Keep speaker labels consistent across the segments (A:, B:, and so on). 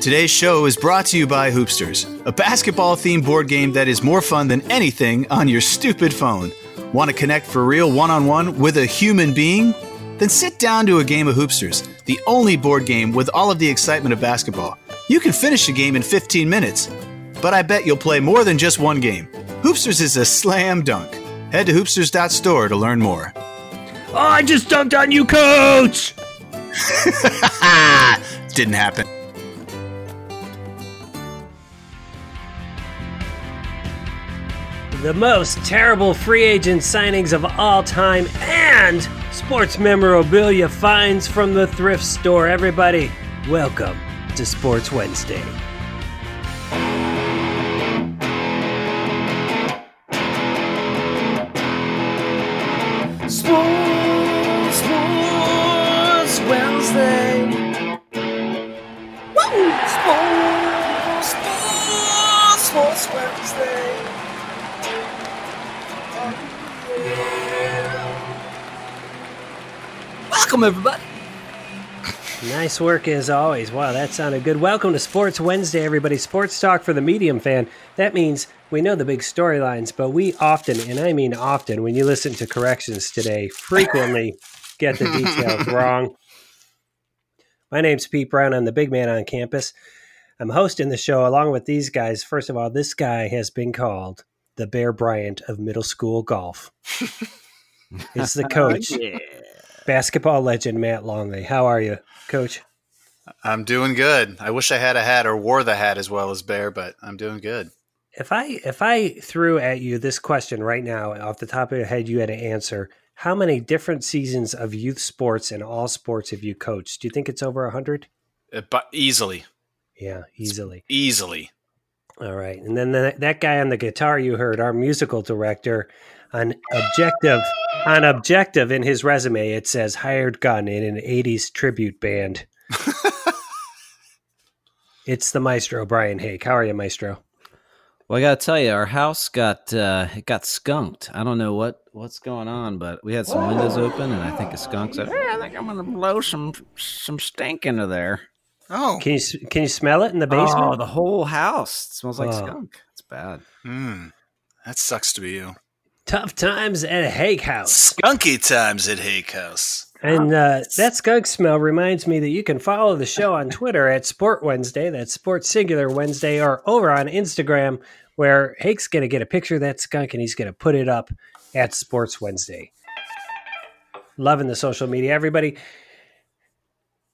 A: Today's show is brought to you by Hoopsters, a basketball themed board game that is more fun than anything on your stupid phone. Want to connect for real one on one with a human being? Then sit down to a game of Hoopsters, the only board game with all of the excitement of basketball. You can finish a game in 15 minutes, but I bet you'll play more than just one game. Hoopsters is a slam dunk. Head to hoopsters.store to learn more.
B: Oh, I just dunked on you, coach!
A: Ah, Didn't happen.
C: The most terrible free agent signings of all time and sports memorabilia finds from the thrift store. Everybody, welcome to Sports Wednesday.
D: Sports, sports Wednesday. Woo! Sports, sports, sports Wednesday. Welcome everybody.
C: Nice work as always. Wow, that sounded good. Welcome to Sports Wednesday, everybody. Sports talk for the medium fan. That means we know the big storylines, but we often, and I mean often, when you listen to corrections today, frequently get the details wrong. My name's Pete Brown. I'm the big man on campus. I'm hosting the show along with these guys. First of all, this guy has been called the Bear Bryant of middle school golf. it's the coach, basketball legend Matt Longley. How are you, coach?
A: I'm doing good. I wish I had a hat or wore the hat as well as Bear, but I'm doing good.
C: If I if I threw at you this question right now off the top of your head, you had to answer. How many different seasons of youth sports and all sports have you coached? Do you think it's over a hundred?
A: Uh, But easily,
C: Yeah, easily.
A: easily.
C: All right, and then the, that guy on the guitar you heard, our musical director, on objective on objective in his resume, it says hired gun in an '80s tribute band. it's the maestro Brian Hake. How are you, maestro?
E: Well, I gotta tell you, our house got uh, it got skunked. I don't know what what's going on, but we had some windows open, and I think a skunk said, hey, "I think I'm gonna blow some some stink into there."
A: Oh,
C: Can you s- can you smell it in the
E: Oh,
C: basement?
E: the whole house smells like
C: Oh.
E: skunk. It's bad.
A: mm, that sucks to be you.
C: Tough times at Hake House.
A: Skunky times at Hake House.
C: And uh, that skunk smell reminds me that you can follow the show on Twitter at Sport Wednesday, that's Sports Singular Wednesday, or over on Instagram, where Hake's going to get a picture of that skunk and he's going to put it up at Sports Wednesday. Loving the social media, everybody.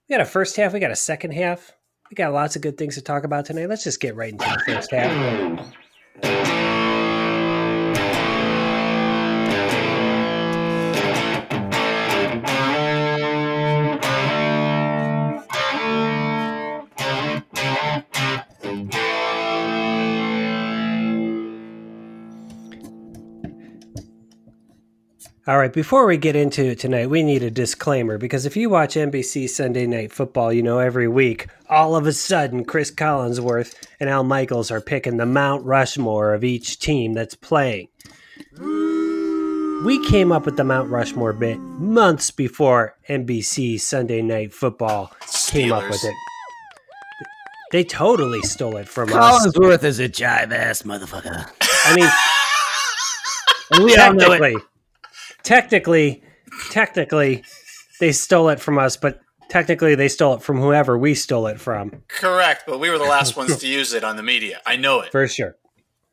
C: We got a first half, we got a second half. We got lots of good things to talk about tonight. Let's just get right into the first half. All right, before we get into it tonight, we need a disclaimer because if you watch NBC Sunday Night Football, you know every week, all of a sudden Chris Collinsworth and Al Michaels are picking the Mount Rushmore of each team that's playing. We came up with the Mount Rushmore bit months before NBC Sunday Night Football came up with
A: Steelers.
C: it. They totally stole it from us.
E: Collinsworth is a jive ass motherfucker.
C: I mean,
E: We all know it.
C: technically, technically, technically, they stole it from us, but technically, they stole it from whoever we stole it from,
A: Correct, but we were the last ones to use it on the media. I know it.
C: for sure.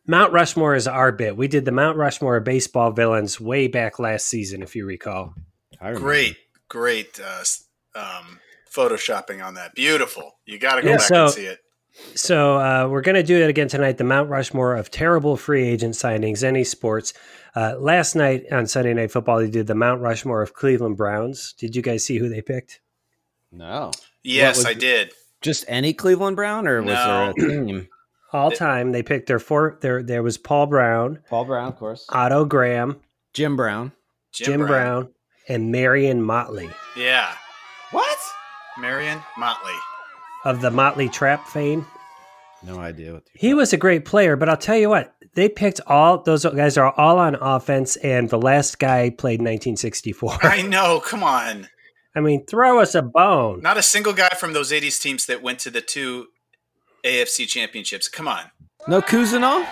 C: Mount Rushmore is our bit. We did the Mount Rushmore of baseball villains way back last season, if you recall.
E: I remember.
A: Great, great uh, s- um, photoshopping on that. Beautiful. You got to go
C: Yeah,
A: back
C: so-
A: and see it.
C: So uh, we're going to do it again tonight. The Mount Rushmore of terrible free agent signings, any sports. Uh, last night on Sunday Night Football, they did the Mount Rushmore of Cleveland Browns. Did you guys see who they picked?
E: No,
A: Yes,
E: was
A: I
E: it?
A: did.
E: just any Cleveland Brown, or was
A: No.
E: there a team?
C: All time, they picked their four. There, there was Paul Brown,
E: Paul Brown, of course.
C: Otto Graham,
E: Jim Brown.
C: Jim, Brown. and Marion Motley
A: Yeah,
E: What?
A: Marion Motley.
C: of the Motley Trap fame.
E: No idea what.
C: He was a great player, but I'll tell you what, they picked all those guys are all on offense, and the last guy played 1964.
A: I know. Come on.
C: I mean, throw us a bone.
A: Not a single guy from those 80s teams that went to the two
F: AFC championships. Come on.
E: No Kuzino?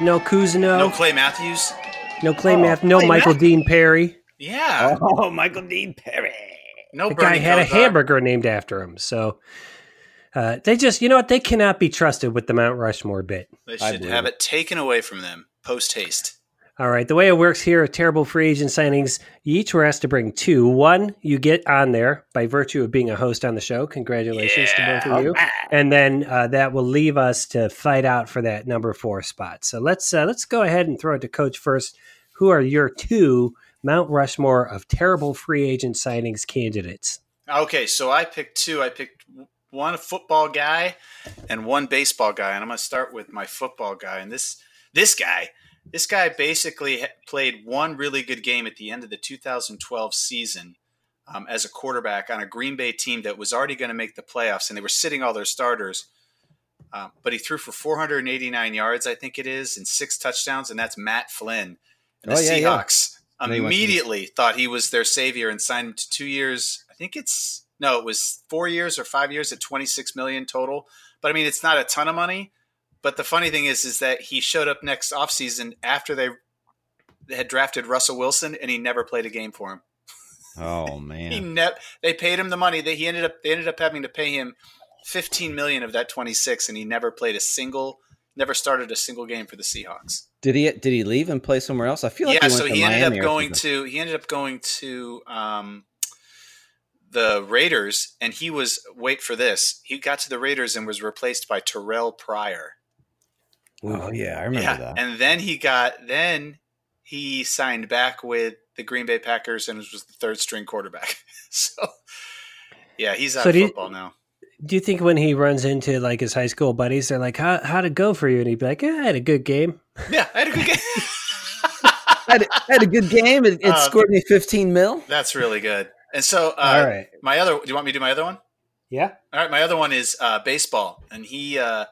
C: No Kuzno.
F: No
C: No, Oh,
F: Clay Matthews.
C: Clay Math. No Michael Dean Perry.
F: Yeah.
E: Oh, Michael Dean Perry.
F: No
C: The guy
F: Bernie
C: had a
F: Kosar.
C: hamburger named after him. So uh, they just, you know what? They cannot be trusted with the Mount Rushmore bit.
F: They
E: I
F: should
E: believe
F: have it taken away from them post haste.
C: All right. The way it works here at terrible free agent signings, you each were asked to bring two. One, you get on there by virtue of being a host on the show. Congratulations to both of you. And then uh, that will leave us to fight out for that number four spot. So let's uh, let's go ahead and throw it to Coach first. Who are your two Mount Rushmore of terrible free agent signings candidates?
F: Okay, so I picked two. I picked one football guy and one baseball guy, and I'm going to start with my football guy. And this this guy, this guy basically ha- played one really good game at the end of the 2012 season um, as a quarterback on a Green Bay team that was already going to make the playoffs, and they were sitting all their starters. Uh, but he threw for 489 yards, I think it is, and six touchdowns, and that's Matt Flynn. And the
E: Oh, yeah, yeah.
F: Seahawks
E: And they went to the-
F: immediately thought he was their savior and signed him to two years. I think it's no, it was four years or five years at 26 million total. But I mean, it's not a ton of money. But the funny thing is, is that he showed up next offseason after they they had drafted Russell Wilson, and he never played a game for him.
E: Oh
F: He
E: man.
F: ne- they paid him the money that he ended up they ended up having to pay him 15 million of that 26 and he never played a single never started a single game for the Seahawks.
E: Did he did he leave and play somewhere else? I feel like
F: yeah,
E: he went
F: so
E: to
F: he ended
E: Miami
F: up
E: or
F: going to
E: something.
F: he ended up going to um, the Raiders and he was wait for this. He got to the Raiders and was replaced by Terrell Pryor.
E: Oh yeah, I remember that.
F: And then he got then he signed back with the Green Bay Packers and was the third string quarterback. so yeah, he's out
C: So
F: of
C: do you-
F: football now.
C: Do you think when he runs into like his high school buddies, they're like, "How how'd it go for you?" And he'd be like, "Yeah, I had a good game."
F: Yeah, I had a good game.
E: I had, I had a good game. It, it
F: Um,
E: scored me 15 mil.
F: That's really good. And so, uh,
C: All right.
F: my other, do you want me to do my other one?
C: Yeah.
F: All right, my other one is uh, baseball, and he uh,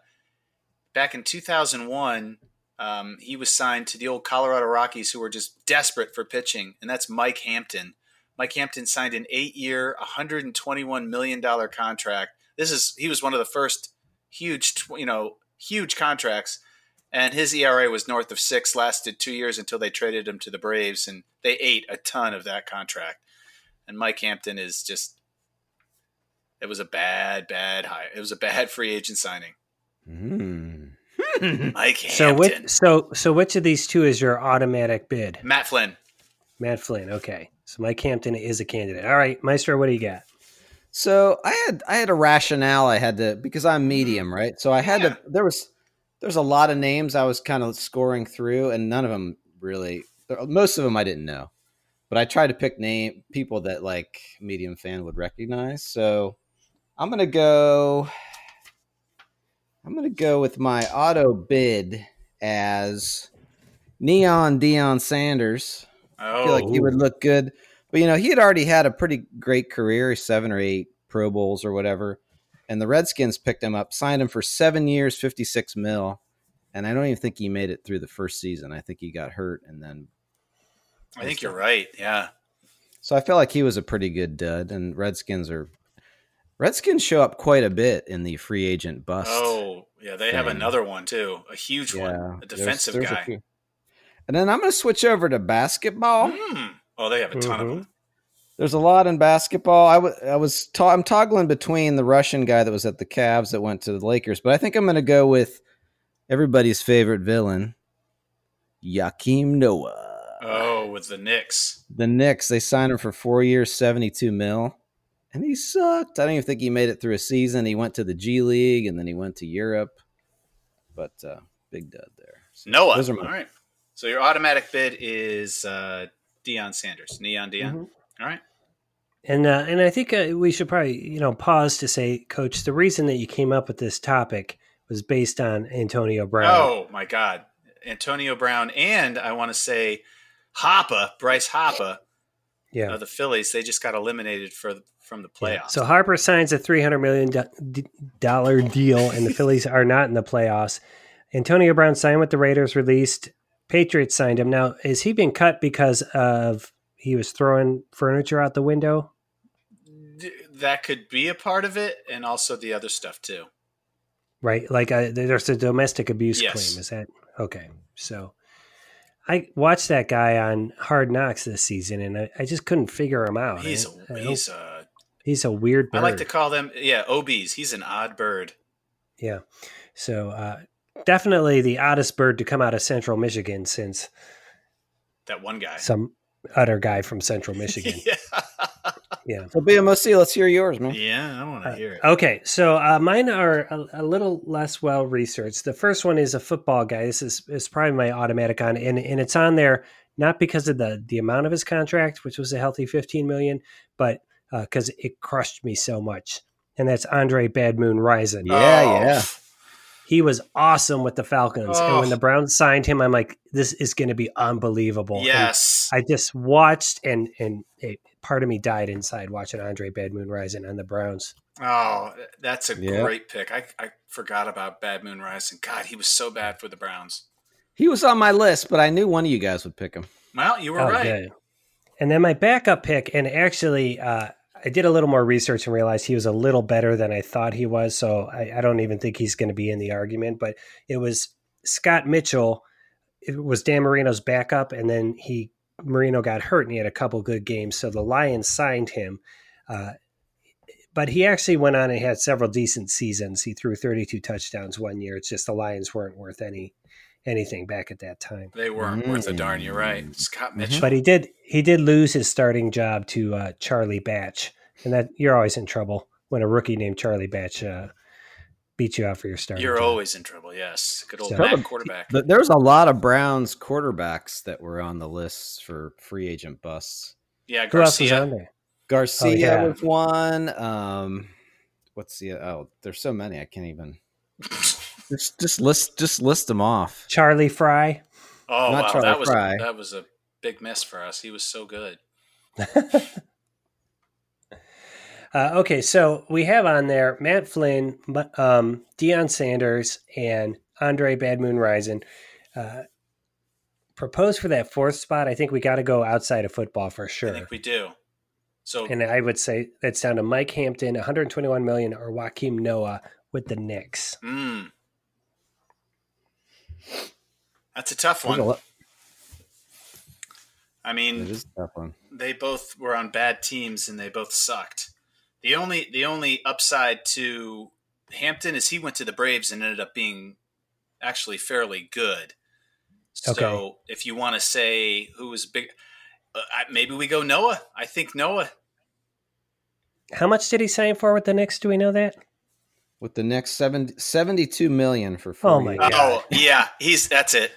F: back in 2001, um, he was signed to the old Colorado Rockies, who were just desperate for pitching, and that's Mike Hampton. Mike Hampton signed an eight-year, 121 million dollar contract. This is he was one of the first huge, tw- you know, huge contracts, and his ERA was north of six. Lasted two years until they traded him to the Braves, and they ate a ton of that contract. And Mike Hampton is just it was a bad, bad hire. It was a bad free agent signing.
E: Mm.
F: Mike Hampton.
C: So which so so which of these two is your automatic bid?
F: Matt Flynn.
C: Matt Flynn. Okay. So Mike Hampton is a candidate. All right, Maestro, what do you got?
E: So I had I had a rationale I had to because I'm medium, right? So I had to there was there's a lot of names I was kind of scoring through and none of them really uh, most of them I didn't know. But I tried to pick name people that like medium fan would recognize. So I'm going to go I'm going to go with my auto bid as Neon Dion Sanders. I feel
F: Oh,
E: like he would look good. But you know, he had already had a pretty great career, seven or eight Pro Bowls or whatever. And the Redskins picked him up, signed him for seven years, fifty six mil. And I don't even think he made it through the first season. I think he got hurt, and then
F: I think you're right. Yeah.
E: so I felt like he was a pretty good dud. And Redskins are Redskins show up quite a bit in the free agent bust.
F: Oh, yeah. They have
E: Flynn.
F: another one too. A huge one. A
E: there's-
F: defensive
E: there's a
F: guy.
E: few. and then I'm going to switch over to basketball.
F: Hmm. Oh, they have a ton of
E: Mm-hmm.
C: Mhm.
F: them.
E: There's a lot in basketball. I wa- I was to- I'm toggling between the Russian guy that was at the Cavs that went to the Lakers, but I think I'm going to go with everybody's favorite villain, Yakim Noah.
F: Oh, with the Knicks.
E: The Knicks they signed him for four years, seventy two mil, and he sucked. I don't even think he made it through a season. He went to the G League and then he went to Europe, but uh, big dud there. So
F: Noah.
E: those are
F: All
E: my-
F: right. So your automatic bid is uh, Deion Sanders. Neon Deion.
E: Mm-hmm.
F: All right.
C: And uh, and I think uh, we should probably you know pause to say, Coach, the reason that you came up with this topic was based on Antonio Brown.
F: Oh my God, Antonio Brown, and I want to say Hoppa, Bryce Hoppa
C: yeah.
F: of the Phillies. They just got eliminated for from the
C: Yeah.
F: playoffs.
C: So Harper signs a three hundred million dollar deal, and the Phillies are not in the playoffs. Antonio Brown signed with the Raiders, released. Patriots signed him. Now, is he been cut because of he was throwing furniture out the window?
F: D- that could be a part of it, and also the other stuff too.
C: right? Like uh, there's a domestic abuse
F: Yes.
C: claim. Is that okay? So I watched that guy on Hard Knocks this season, and I, I just couldn't figure him out.
F: He's
C: I- I don't-
F: he's uh,
C: he's a weird
F: I
C: bird.
F: like to call them yeah obes. He's an odd bird.
C: yeah. So uh, definitely the oddest bird to come out of Central Michigan since
F: That one guy.
C: some other guy from Central Michigan.
F: yeah.
E: Well, BMOC, let's hear yours, man.
F: yeah, I want
C: Uh,
F: to hear it.
C: Okay, so uh, mine are a, a little less well researched. The first one is a football guy. This is, is probably my automatic on, and, and it's on there not because of the the amount of his contract, which was a healthy fifteen million, but because it crushed me so much. And that's Andre Bad Moon Rising.
E: Yeah,
F: Oh,
E: yeah.
C: He was awesome with the Falcons, and
F: Oh.
C: when the Browns signed him, I'm like, this is going to be unbelievable. And
F: Yes.
C: I just watched, and and it, part of me died inside watching Andre Bad Moon Rising on the Browns.
F: Oh, that's a
E: Yeah.
F: great pick. I, I forgot about Bad Moon Rising. God, he was so bad for the Browns.
E: He was on my list, but I knew one of you guys would pick him.
F: Well, you were
C: Oh,
F: right.
C: good. And then my backup pick, and actually, uh, I did a little more research and realized he was a little better than I thought he was. So I, I don't even think he's going to be in the argument. But it was Scott Mitchell. It was Dan Marino's backup, and then he Marino got hurt, and he had a couple good games. So the Lions signed him. Uh, but he actually went on and had several decent seasons. He threw 32 touchdowns one year. It's just the Lions weren't worth any anything back at that time
F: They weren't worth a darn. You're
C: Mm.
F: right. Scott Mitchell.
C: but he did he did lose his starting job to uh, Charlie Batch, and that you're always in trouble when a rookie named Charlie Batch uh, beats you out for your starting.
F: You're
C: job.
F: always in trouble. Yes. Good old
C: So-
F: Mac
E: Probably-
F: quarterback.
E: But there's a lot of Browns quarterbacks that were on the list for free agent busts.
F: Yeah,
C: Who else was
F: Garcia.
C: on there?
E: Garcia
C: yeah.
E: was one. Um, what's the oh? There's so many I can't even. Just just list just list them off.
C: Charlie Fry.
F: Oh,
E: Not
F: wow.
E: Charlie
F: that was
E: Fry.
F: that was a big miss for us. He was so good.
C: Uh, okay, so we have on there Matt Flynn, M- um, Deion Sanders, and Andre Bad Moon Rising. Uh, proposed for that fourth spot. I think we got to go outside of football for
F: I
C: sure.
F: think we do. So
C: And I would say that's down to Mike Hampton, 121 million, or Joaquim Noah with the Knicks.
F: mm. That's a tough
E: There's a
F: one.
E: lot-
F: I
E: It
F: mean,
E: is a tough one.
F: they both were on bad teams and they both sucked. The only the only upside to Hampton is he went to the Braves and ended up being actually fairly good. So
C: Okay.
F: if you want to say who was big, uh, I- maybe we go Noah. I think Noah.
C: How much did he sign for with the Knicks? Do we know that?
E: With the next seven, 72 million for free.
C: Oh my God.
F: Oh yeah, he's that's it.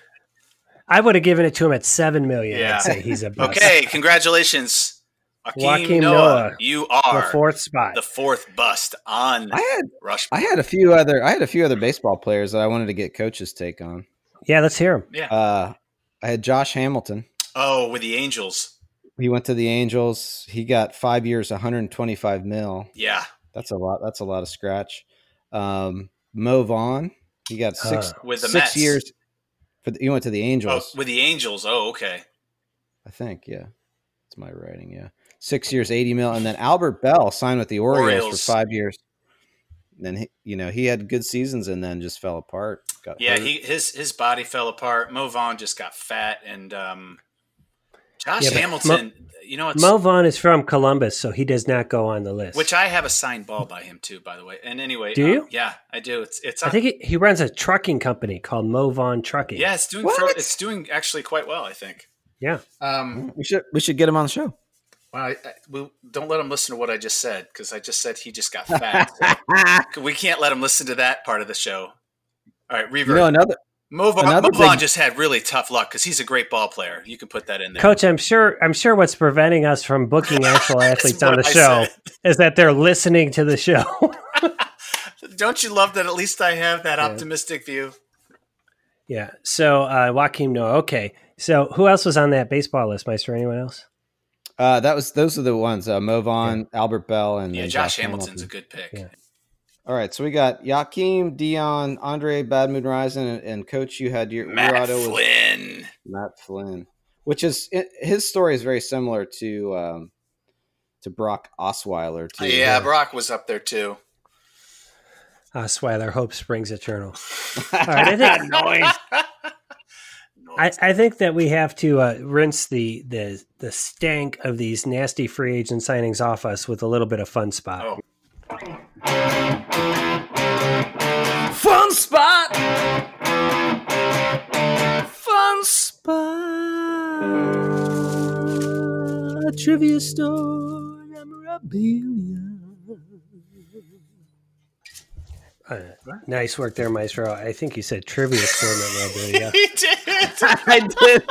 C: I would have given it to him at seven million.
F: Yeah.
C: I'd say he's a bust.
F: Okay, congratulations, Joaquin
C: Joaquin
F: Noah.
C: Noah.
F: You
C: the
F: are
C: fourth spot.
F: the fourth bust on
E: I had
F: Rush.
E: I had a few other I had a few other baseball players that I wanted to get coach's take on.
C: yeah, let's hear him.
F: Yeah.
E: Uh, I had Josh Hamilton.
F: Oh, with the Angels.
E: He went to the Angels. He got five years, 125 mil.
F: Yeah,
E: That's a lot. That's a lot of scratch. Um, Mo Vaughn. He got six
F: with the
E: six
F: Mets.
E: years. For the, he went to the
F: Oh,
E: Angels.
F: with the Angels. Oh, okay.
E: I think. Yeah, it's my writing. Yeah, six years, 80 mil, and then Albert Bell signed with the Orioles,
F: Orioles.
E: for five years. And then he, you know he had good seasons and then just fell apart. Got
F: Yeah,
E: hurt.
F: he his his body fell apart. Mo Vaughn just got fat, and um, Josh
C: Yeah, but
F: Hamilton. you know it's
C: Mo Vaughn is from Columbus, so he does not go on the list.
F: which I have a signed ball by him too, by the way. And anyway,
C: Do
F: um,
C: you?
F: Yeah, I do. It's it's.
C: I
F: on-
C: think he, he runs a trucking company called Mo Vaughn Trucking.
F: yeah, it's doing
E: What?
F: fair- it's doing actually quite well. I think.
C: Yeah.
F: Um.
E: we should we should get him on the show.
F: Well, I, I, we, don't let him listen to what I just said because I just said he just got fat. we can't let him listen to that part of the show. All right,
E: You
F: Reaver.
E: know another
F: Mo Vaughn,
E: another
F: Mo Vaughn
E: big-
F: just had really tough luck because he's a great ball player. You can put that in there.
C: Coach, I'm sure I'm sure what's preventing us from booking actual
F: That's
C: athletes on the
F: what I
C: show
F: said.
C: is that they're listening to the show.
F: Don't you love that at least I have that optimistic view?
C: yeah. So uh Joaquin Noah. Okay. So who else was on that baseball list, Meister? Anyone else?
E: Uh, that was those are the ones. Uh, Mo Vaughn, Albert Bell, and
F: Yeah,
E: then
F: Josh, Hamilton's a good pick.
C: Yeah.
E: All right, so we got Yakim, Dion, Andre, Badmoon Rising, and, and Coach. You had your your
F: Matt
E: auto was
F: Flynn.
E: Matt Flynn, which is i- his story is very similar to um, to Brock Osweiler. Too.
F: Yeah, Brock was up there too.
C: Osweiler, Uh, hope springs eternal. All right, I think, I, I think that we have to uh, rinse the, the the stank of these nasty free agent signings off us with a little bit of fun spot.
D: Oh. Fun spot. Fun spot. A trivia store memorabilia.
C: Uh, nice work there, Maestro. I think you said trivia store memorabilia.
F: he did.
E: I did.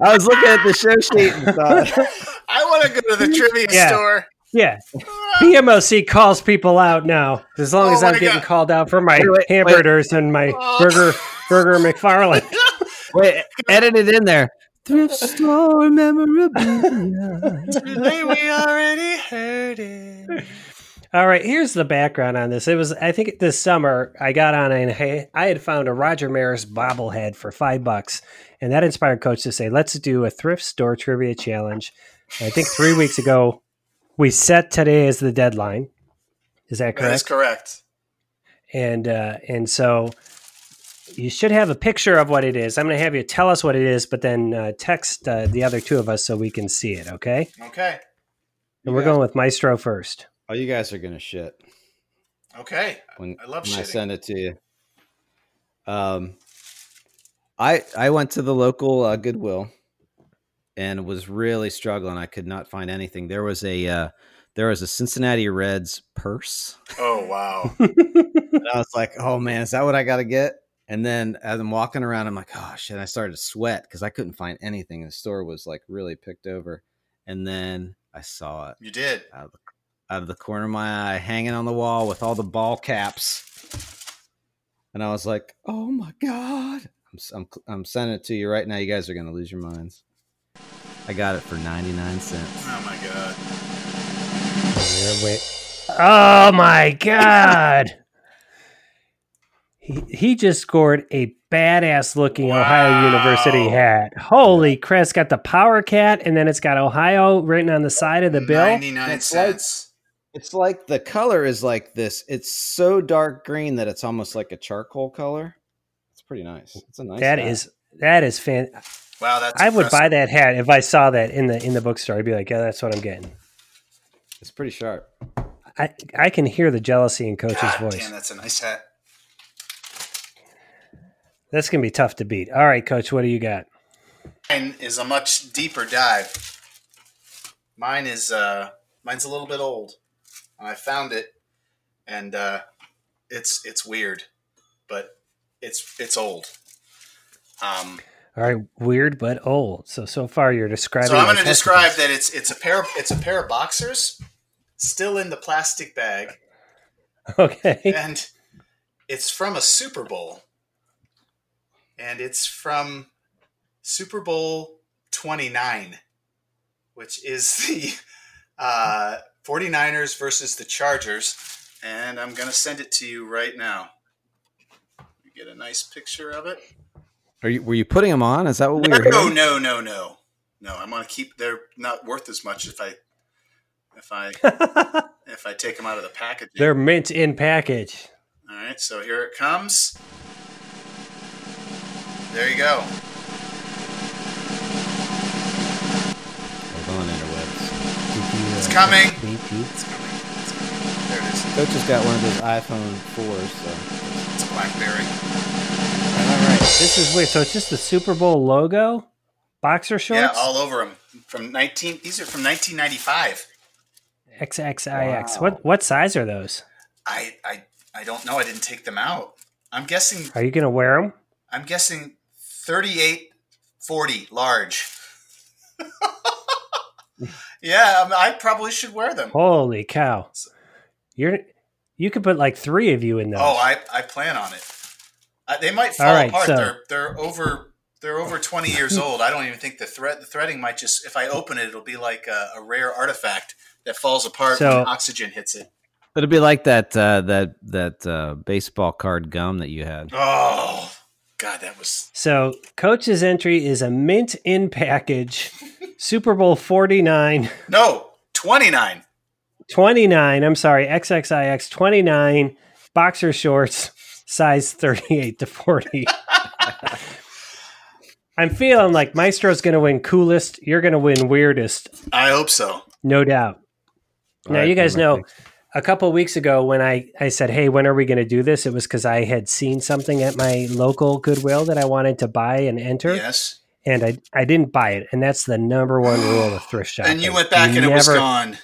E: I was looking at the show sheet and thought,
F: I want to go to the trivia
C: Yeah.
F: store.
C: Yeah, PMOC calls people out now. As long
F: Oh
C: as I'm
F: my
C: getting
F: God.
C: called out for my
E: Wait, wait, wait.
C: hamburgers and my
F: Oh.
C: burger burger McFarland.
E: wait, edit it in there. Thrift store memorabilia.
F: Today we already heard it.
C: All right, here's the background on this. It was I think this summer I got on and hey, I had found a Roger Maris bobblehead for five bucks, and that inspired Coach to say, "Let's do a thrift store trivia challenge." I think three weeks ago we set today as the deadline. Is that
F: That is
C: correct?
F: correct.
C: and uh, and so you should have a picture of what it is. I'm going to have you tell us what it is, but then uh, text uh, the other two of us so we can see it. Okay?
F: Okay.
C: And we're
E: Yeah.
C: going with Maestro first.
E: Oh, you guys are gonna shit.
F: Okay.
E: when
F: I love
E: when I
F: shitting.
E: send it to you. Um, I I went to the local uh, Goodwill and was really struggling. I could not find anything. There was a uh, there was a Cincinnati Reds purse,
F: Oh wow.
E: and I was like, "Oh man, is that what I got to get?" And then as I'm walking around, I'm like, "Oh shit!" I started to sweat because I couldn't find anything. The store was like really picked over, and then I saw it
F: You did.
E: out of, the, out of the corner of my eye, hanging on the wall with all the ball caps. And I was like, "Oh my god!" I'm s- I'm, cl- I'm sending it to you right now. You guys are gonna lose your minds. I got it for ninety nine cents.
F: Oh my god.
C: Oh my god! he he just scored a badass looking Ohio
F: Wow.
C: University hat. Holy crap! It's got the power cat, and then it's got Ohio written on the side of the bill.
F: Ninety nine
E: That's like-
F: cents.
E: It's like the color is like this. It's so dark green that it's almost like a charcoal color. It's pretty nice. It's a nice.
C: That
E: hat.
C: is that is fan.
F: Wow. That's.
C: I would
F: impressive.
C: buy that hat if I saw that in the in the bookstore. I'd be like, yeah, that's what I'm getting.
E: It's pretty sharp.
C: I I can hear the jealousy in Coach's
F: God
C: voice.
F: damn, that's a nice hat.
C: That's gonna be tough to beat. All right, Coach, what do you got?
F: Mine is a much deeper dive. Mine is uh, mine's a little bit old. I found it, and uh, it's it's weird, but it's it's old. Um,
C: All right, weird but old. So so far you're describing.
F: so I'm
C: my
F: going to describe
C: testicles.
F: that it's it's a pair it's a pair of boxers, still in the plastic bag,
C: Okay.
F: and it's from a Super Bowl, and it's from Super Bowl 29, which is the uh, 49ers versus the Chargers. And I'm going to send it to you right now. You get a nice picture of it.
E: Are you? Were you putting them on? Is that what we were?
F: No,
E: hearing?
F: no, no, no, no. I'm going to keep. They're not worth as much if I, if I, if I take them out of the packaging.
C: They're mint in package.
F: All right, so here it comes. There you go.
E: Hold on, interwebs.
F: It's coming.
C: BP.
F: It's coming. It's coming. There it is.
E: Coach has got one of those iPhone fours. So.
F: It's a blackberry.
C: This is weird. So it's just the Super Bowl logo, boxer shorts,
F: Yeah, all over them. From 19. These are from 1995.
C: XXIX. What what size are those?
F: I I I don't know. I didn't take them out. I'm guessing.
C: Are you gonna wear them?
F: I'm guessing 38, 40 large. yeah, I'm- I probably should wear them.
C: Holy cow! You're you could put like three of you in those.
F: Oh, I, I plan on it. Uh, they might fall
C: All right,
F: apart.
C: so-
F: They're they're over they're over twenty years old. I don't even think the thread the threading might just if I open it, it'll be like a, a rare artifact that falls apart
C: So-
F: when oxygen hits it.
E: It'll be like that uh, that that uh, baseball card gum that you had.
F: Oh God, that was
C: So, coach's entry is a mint in package, Super Bowl 49,
F: no twenty nine.
C: 29, I'm sorry, XXIX 29 boxer shorts, size 38 to 40. I'm feeling like Maestro's going to win coolest. You're going to win weirdest,
F: I hope so.
C: no doubt.
E: All
C: now,
E: right,
C: you guys
E: Boomer,
C: know
E: thanks.
C: a couple weeks ago when I, I said, Hey, when are we going to do this? It was because I had seen something at my local Goodwill that I wanted to buy and enter.
F: Yes.
C: And I, I didn't buy it. And that's the number one rule of thrift shopping.
F: And you went back and it was
C: Never-
F: gone.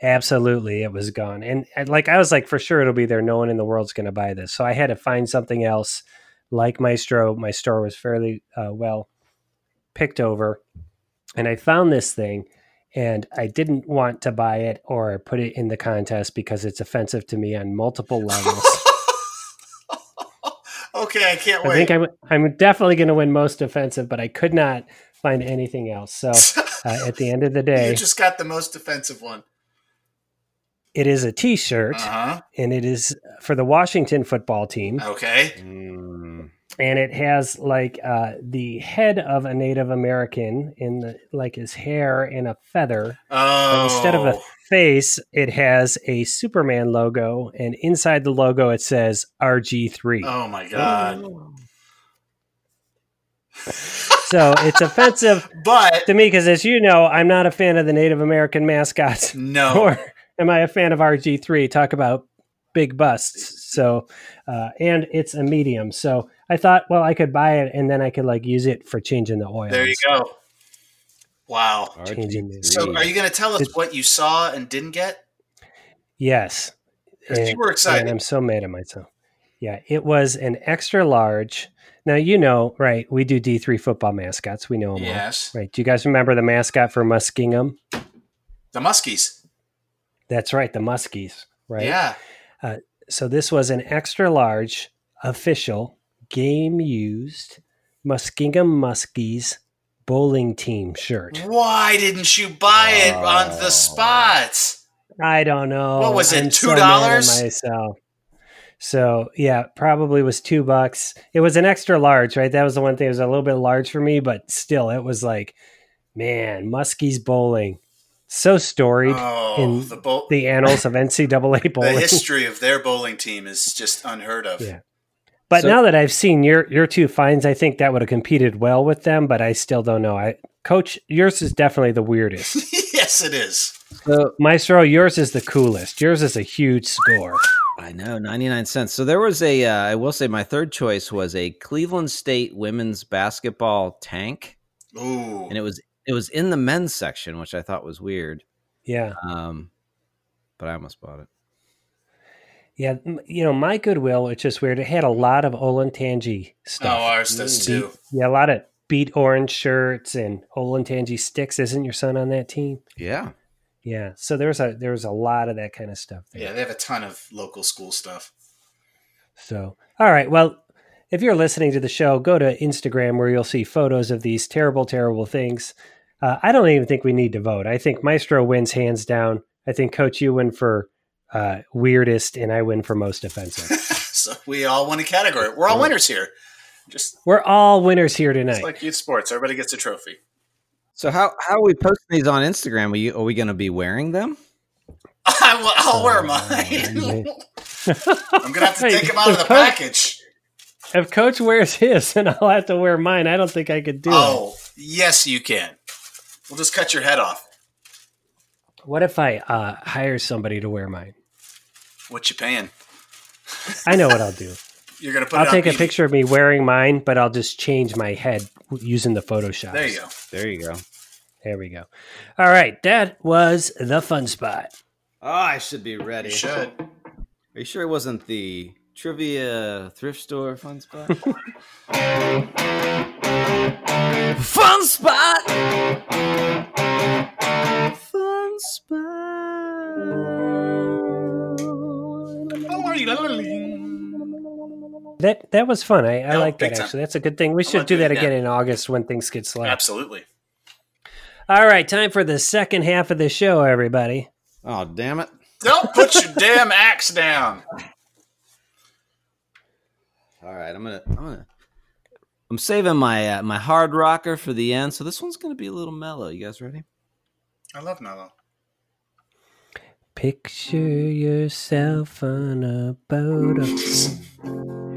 C: Absolutely, it was gone. And, and, like I was like, for sure it'll be there. No one in the world's going to buy this. So I had to find something else. Like Maestro, my store was fairly uh, well picked over, and I found this thing. And I didn't want to buy it or put it in the contest because it's offensive to me on multiple levels.
F: okay, I can't
C: I
F: Oh, wait.
C: think I'm, I'm definitely going to win most offensive, but I could not find anything else. So uh, at the end of the day,
F: you just got the most defensive one.
C: it is a t shirt.
F: Uh
C: and it is for the Washington football team,
F: huh. Okay.
E: Mm,
C: and it has like uh, the head of a Native American in the like his hair and a feather.
F: Oh.
C: But instead of a face, it has a Superman logo, and inside the logo it says RG three.
F: Oh my god.
C: So it's offensive
F: But
C: to me because, as you know, I'm not a fan of the Native American mascots.
F: no.
C: Or am I a fan of RG three? Talk about big busts. So, uh, and it's a medium. So I thought, well, I could buy it and then I could like use it for changing the oil.
F: There you go. Wow.
C: Changing the-
F: So are you going to tell us
C: It's-
F: what you saw and didn't get?
C: Yes.
F: 'Cause you were
C: And
F: excited.
C: I'm so mad at myself. Yeah, it was an extra large. Now you know, right? We do D three football mascots. We know them
F: Yes.
C: all, right? Do you guys remember the mascot for Muskingum?
F: The Muskies.
C: That's right, the Muskies, right?
F: Yeah.
C: so this was an extra large official game used Muskingum Muskies bowling team shirt.
F: Why didn't you buy it on the
E: Oh.
F: spot?
C: I don't know.
F: What was it,
C: I'm so mad at
F: $2?
C: myself. So yeah, probably was two bucks. It was an extra large, right? That was the one thing. It was a little bit large for me, but still, it was like, man, Muskies bowling, so storied
F: Oh,
C: in
F: the, bowl the,
C: the annals of NCAA bowling.
F: history of their bowling team is just unheard of.
C: Yeah. But
E: So-
C: now that I've seen your your two finds, I think that would have competed well with them. But I still don't know. I coach yours is definitely the weirdest.
F: yes, it is.
E: So
C: Maestro, yours is the coolest. Yours is a huge score.
E: I know, 99 cents. So there was a, uh, I will say my third choice was a Cleveland State women's basketball tank.
F: Ooh.
E: And it was, it was in the men's section, which I thought was weird.
C: Yeah,
E: Um, but I almost bought it.
C: yeah. m- You know, my Goodwill, which is weird. It had a lot of Olentangy
F: oh,
C: stuff.
F: ours does too.
C: Yeah, a lot of beat orange shirts and Olentangy sticks. Isn't your son on that team?
E: Yeah.
C: Yeah. So there's a there's a lot of that kind of stuff. There.
F: Yeah, they have a ton of local school stuff.
C: So, all right. Well, if you're listening to the show, go to Instagram where you'll see photos of these terrible, terrible things. Uh, I don't even think we need to vote. I think Maestro wins hands down. I think Coach, you win for uh, weirdest, and I win for most offensive.
F: So we all won a category. We're all winners here. Just
C: We're all winners here tonight.
F: it's like youth sports, everybody gets a trophy.
E: So how, how are we posting these on Instagram? Are you, are we going to be wearing them?
F: I will, I'll wear
C: Oh,
F: mine.
C: man.
F: uh, I'm gonna have to take them out of the
C: Of course.
F: package.
C: if Coach wears his, and I'll have to wear mine, I don't think I could do it.
F: Oh, yes, you can. We'll just cut your head off.
C: What if I uh, hire somebody to wear mine?
F: What you paying?
C: I know what I'll do.
F: You're gonna put.
C: I'll
F: it on
C: take a
F: BB.
C: picture of me wearing mine, but I'll just change my head using the Photoshop.
F: There you go.
E: There you go.
C: There we go. All right, that was the fun spot.
E: Oh, I should be ready.
F: You should.
E: Are you sure it wasn't the trivia thrift store fun spot?
D: Fun spot.
E: fun spot.
C: That that was fun. I, I
F: No,
C: like
F: big
C: that
F: time.
C: actually. That's a good thing. We should
F: gonna
C: do
F: do
C: that
F: it now.
C: again in August when things get slow.
F: Absolutely.
C: All right, time for the second half of the show, everybody.
E: Oh, damn it.
F: Don't put your damn axe down.
E: All right, I'm gonna, I'm gonna, I'm saving my uh, my hard rocker for the end. So this one's gonna be a little mellow. You guys ready?
F: I love Mellow.
C: Picture yourself on a boat. of-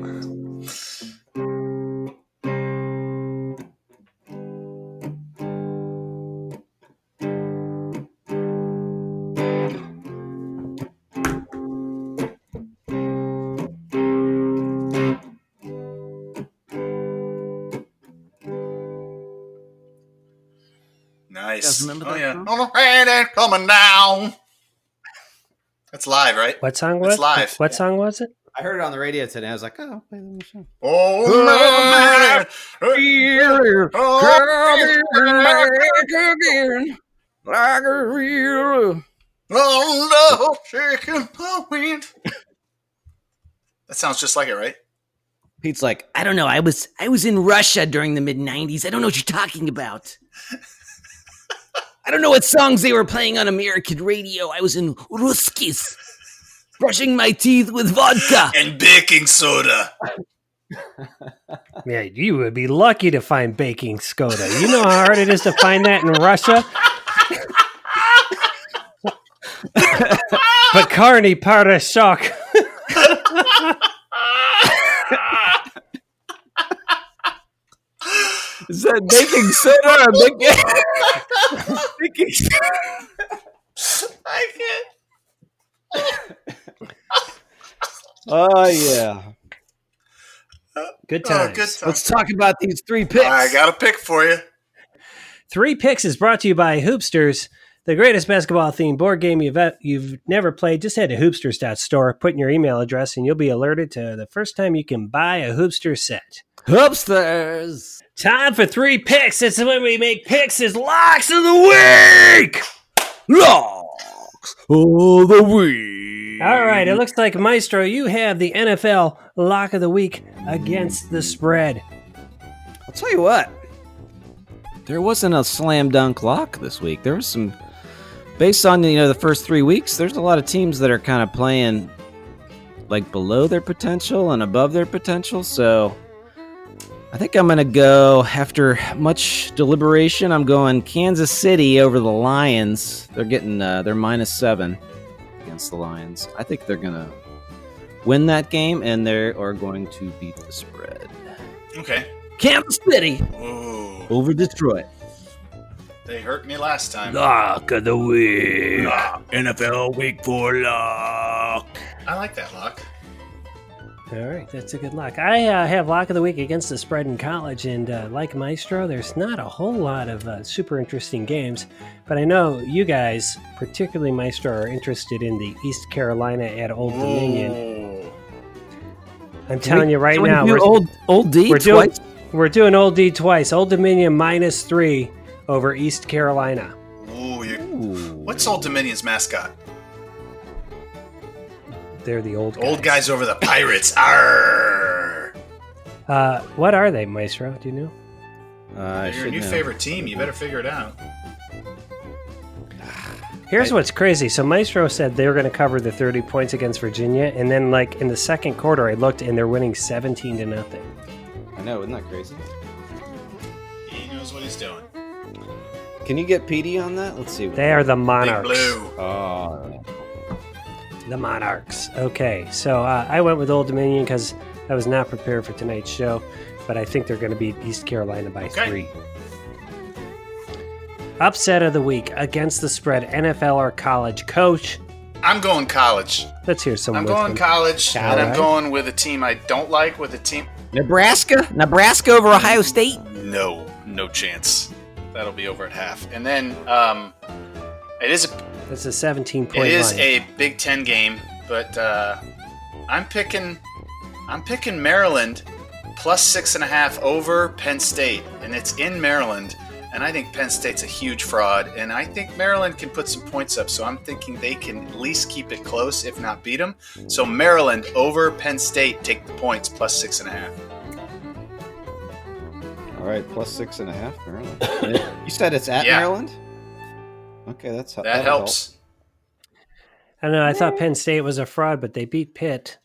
F: Nice.
E: You guys remember
F: oh,
E: that
F: yeah.
E: song?
F: On a rain and coming down. That's live, right?
C: What song
F: It's
C: was
F: live.
C: What song was it?
E: I heard it on the radio today. I was like, oh, play the show.
F: Oh, man. Oh, oh, no. Shaking the wind. That sounds just like it, right?
E: Pete's like,
D: I don't know. I was I was in Russia during the mid '90s. I don't know what you're talking about. I don't know what songs they were playing on American radio. I was in Ruskis, brushing my teeth with vodka.
F: And baking soda.
C: Yeah, you would be lucky to find baking soda. You know how hard it is to find that in Russia? Bacarni Parashok.
E: is that baking soda or baking? baking soda?
F: I can't.
E: Oh, yeah.
C: Good
F: Oh,
C: times.
F: good time.
E: Let's talk about these three picks.
F: I got a pick for you.
C: Three Picks is brought to you by Hoopsters, the greatest basketball themed board game you've, e, you've never played. Just head to hoopsters.store, put in your email address, and you'll be alerted to the first time you can buy a Hoopster set.
E: Hoopsters.
C: Time for three picks. It's when we make picks is locks of the week.
E: Locks of the week.
C: All right, it looks like Maestro, you have the NFL lock of the week against the spread.
E: I'll tell you what. There wasn't a slam dunk lock this week. There was some based on you know the first three weeks, there's a lot of teams that are kind of playing like below their potential and above their potential, so I think I'm gonna go after much deliberation. I'm going Kansas City over the Lions. They're getting uh, they're minus seven against the Lions. I think they're gonna win that game and they are going to beat the spread
F: Okay.
D: Kansas City.
F: Ooh,
E: over Detroit.
F: they hurt me last time.
B: Lock of the week. NFL week four lock.
F: I like that lock.
C: All right, that's a good lock. I uh, have lock of the week against the spread in college, and uh, like Maestro, there's not a whole lot of uh, super interesting games, but I know you guys, particularly Maestro, are interested in the East Carolina at Old Dominion.
F: Ooh.
C: I'm telling you right
E: Can Mm. we
C: now,
E: do
C: we're,
E: old old D
C: we're doing
E: twice.
C: we're doing Old D twice. Old Dominion minus three over East Carolina.
F: Ooh, you're,
E: Ooh.
F: what's Old Dominion's mascot?
C: They're the old guys.
F: Old guys over the pirates. Arr.
C: Uh, what are they, Maestro? Do you know?
E: Uh, I
F: You're a
E: should
F: new
E: know.
F: favorite team. You better figure it out.
C: Here's what's crazy. So Maestro said they were going to cover the 30 points against Virginia, and then like in the second quarter, I looked and they're winning 17 to nothing.
E: I know, isn't that crazy?
F: He knows what he's doing.
E: Can you get PD on that? Let's see. what-
C: They are the
F: Big
C: Monarchs.
F: blue.
E: Oh,
C: The Monarchs. Okay, so uh, I went with Old Dominion because I was not prepared for tonight's show, but I think they're going to beat East Carolina by
F: Okay.
C: three. Upset of the week against the spread: NFL or college coach.
F: I'm going college.
C: Let's hear some.
F: I'm
C: wisdom.
F: going college, and I'm
C: Alright.
F: going with a team I don't like. With a team,
D: Nebraska? Nebraska over Ohio State?
F: no, no chance. That'll be over at half. And then, um, it is a
C: It's a 17 point.
F: It is
C: line.
F: a Big Ten game, but uh, I'm picking I'm picking Maryland plus six and a half over Penn State, and it's in Maryland. And I think Penn State's a huge fraud, and I think Maryland can put some points up. So I'm thinking they can at least keep it close, if not beat them. So Maryland over Penn State, take the points plus six and a half.
E: all right, plus six and a half, Maryland. you said it's at
F: Yeah.
E: Maryland. Okay, that's
F: That helps.
C: I don't know. I thought Penn State was a fraud, but they beat Pitt.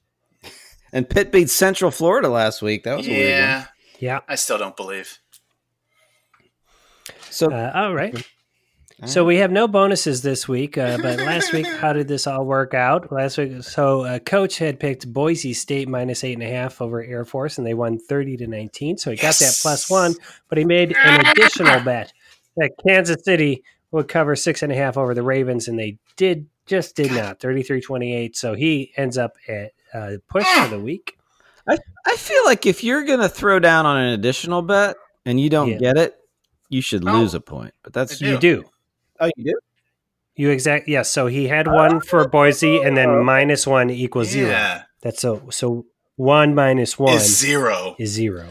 E: And Pitt beat Central Florida last week. That was a weird one.
F: Yeah,
C: Yeah.
F: I still don't believe.
E: So
C: Uh, all Uh, right. So we have no bonuses this week, uh, but last week, how did this all work out? Last week, so uh, coach had picked Boise State minus eight and a half over Air Force, and they won thirty to nineteen. So he got that plus one, but he made an additional bet that Kansas City would cover six and a half over the Ravens, and they did just did not 33-28. So he ends up at uh, push for the week.
E: I feel like if you're gonna throw down on an additional bet and you don't
C: Yeah.
E: get it, you should
F: Oh,
E: lose a point. But that's
F: I
C: You do.
E: oh, you do.
C: You exact yes. So he had one for Boise, and then minus one equals zero.
F: yeah,
C: That's so so one minus one
F: is zero.
C: is zero.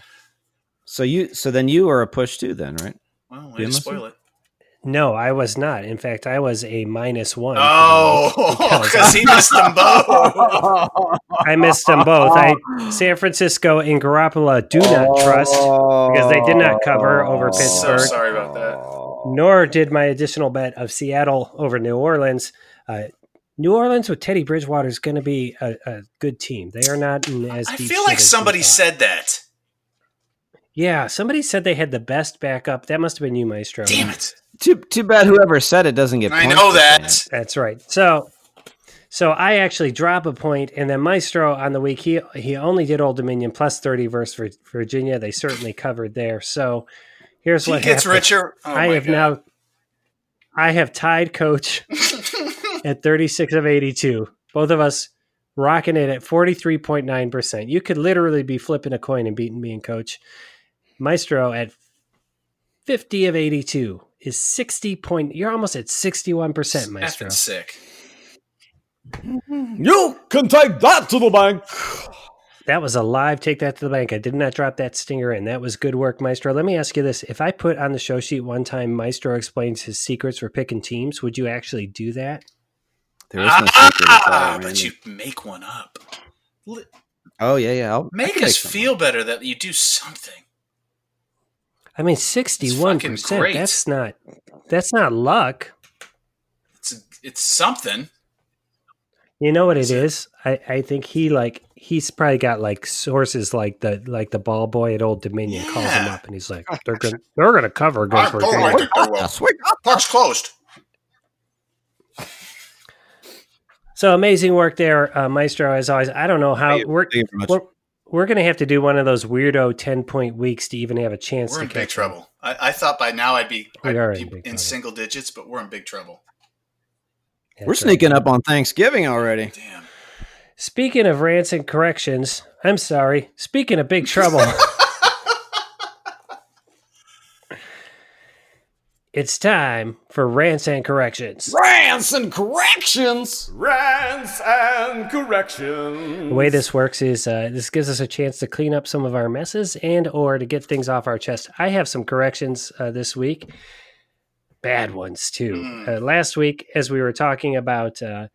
E: So you so then you are a push too, then right?
F: Well, way to
E: Didn't
F: spoil it.
C: No, I was not. In fact, I was a minus one. for the week.
F: Oh, because he missed them both.
C: I missed them both. I San Francisco and Garoppolo do not trust,
F: Oh.
C: because they did not cover over
F: so
C: Pittsburgh.
F: sorry about that.
C: nor did my additional bet of Seattle over New Orleans. Uh, New Orleans with Teddy Bridgewater is going to be a, a good team. They are not in as.
F: I
C: deep
F: feel
C: shit
F: like
C: as we
F: somebody
C: thought.
F: said that.
C: Yeah, somebody said they had the best backup. That must have been you, Maestro.
F: Damn it!
E: Too too bad whoever said it doesn't get.
F: I
E: points
F: know
E: for saying
F: that.
E: it.
C: That's right. So, so I actually drop a point, and then Maestro on the week he he only did Old Dominion plus thirty versus Vir- Virginia. They certainly covered there. So here's
F: He
C: what
F: gets
C: happened.
F: richer. Oh
C: I
F: my
C: have
F: God.
C: now, I have tied Coach at thirty six of eighty two. Both of us rocking it at forty three point nine percent. You could literally be flipping a coin and beating me and Coach Maestro at fifty of eighty two is sixty point. You're almost at sixty one percent, Maestro.
F: Effing sick.
D: You can take that to the bank.
C: That was a live take that to the bank. I did not drop that stinger in. That was good work, Maestro. Let me ask you this. If I put on the show sheet one time Maestro explains his secrets for picking teams, would you actually do that?
E: There is no secret. It's all
F: Ah, but
E: random.
F: you make one up. L-
E: Oh yeah, yeah. I'll, I
F: Make
E: can
F: us
E: some.
F: feel better that you do something.
C: I mean sixty one
F: fucking
C: percent.
F: great.
C: That's not that's not luck.
F: It's it's something.
C: You know what it is? I, I think he like he's probably got like sources like the like the ball boy at Old Dominion calls him
F: Yeah.
C: up and he's like, They're gonna they're gonna cover against Virginia.
F: Park's closed.
C: So amazing work there, uh, Maestro. As always, I don't know how we're
E: Thank you very much.
C: we're, we're going to have to do one of those weirdo ten point weeks to even have a chance.
F: We're
C: to
F: in
C: catch
F: big
C: up.
F: trouble. I, I thought by now I'd be,
C: We
F: I'd
C: are
F: be
C: in
F: in,
C: big trouble.
F: single digits, but we're in big trouble.
C: That's
E: We're
C: right.
E: sneaking up on Thanksgiving already.
F: Damn.
C: Speaking of rants and corrections, I'm sorry. Speaking of big trouble. It's time for rants and corrections.
D: Rants and corrections.
G: Rants and corrections.
C: The way this works is uh, this gives us a chance to clean up some of our messes and or to get things off our chest. I have some corrections uh, this week, bad ones too. Uh, last week, as we were talking about uh,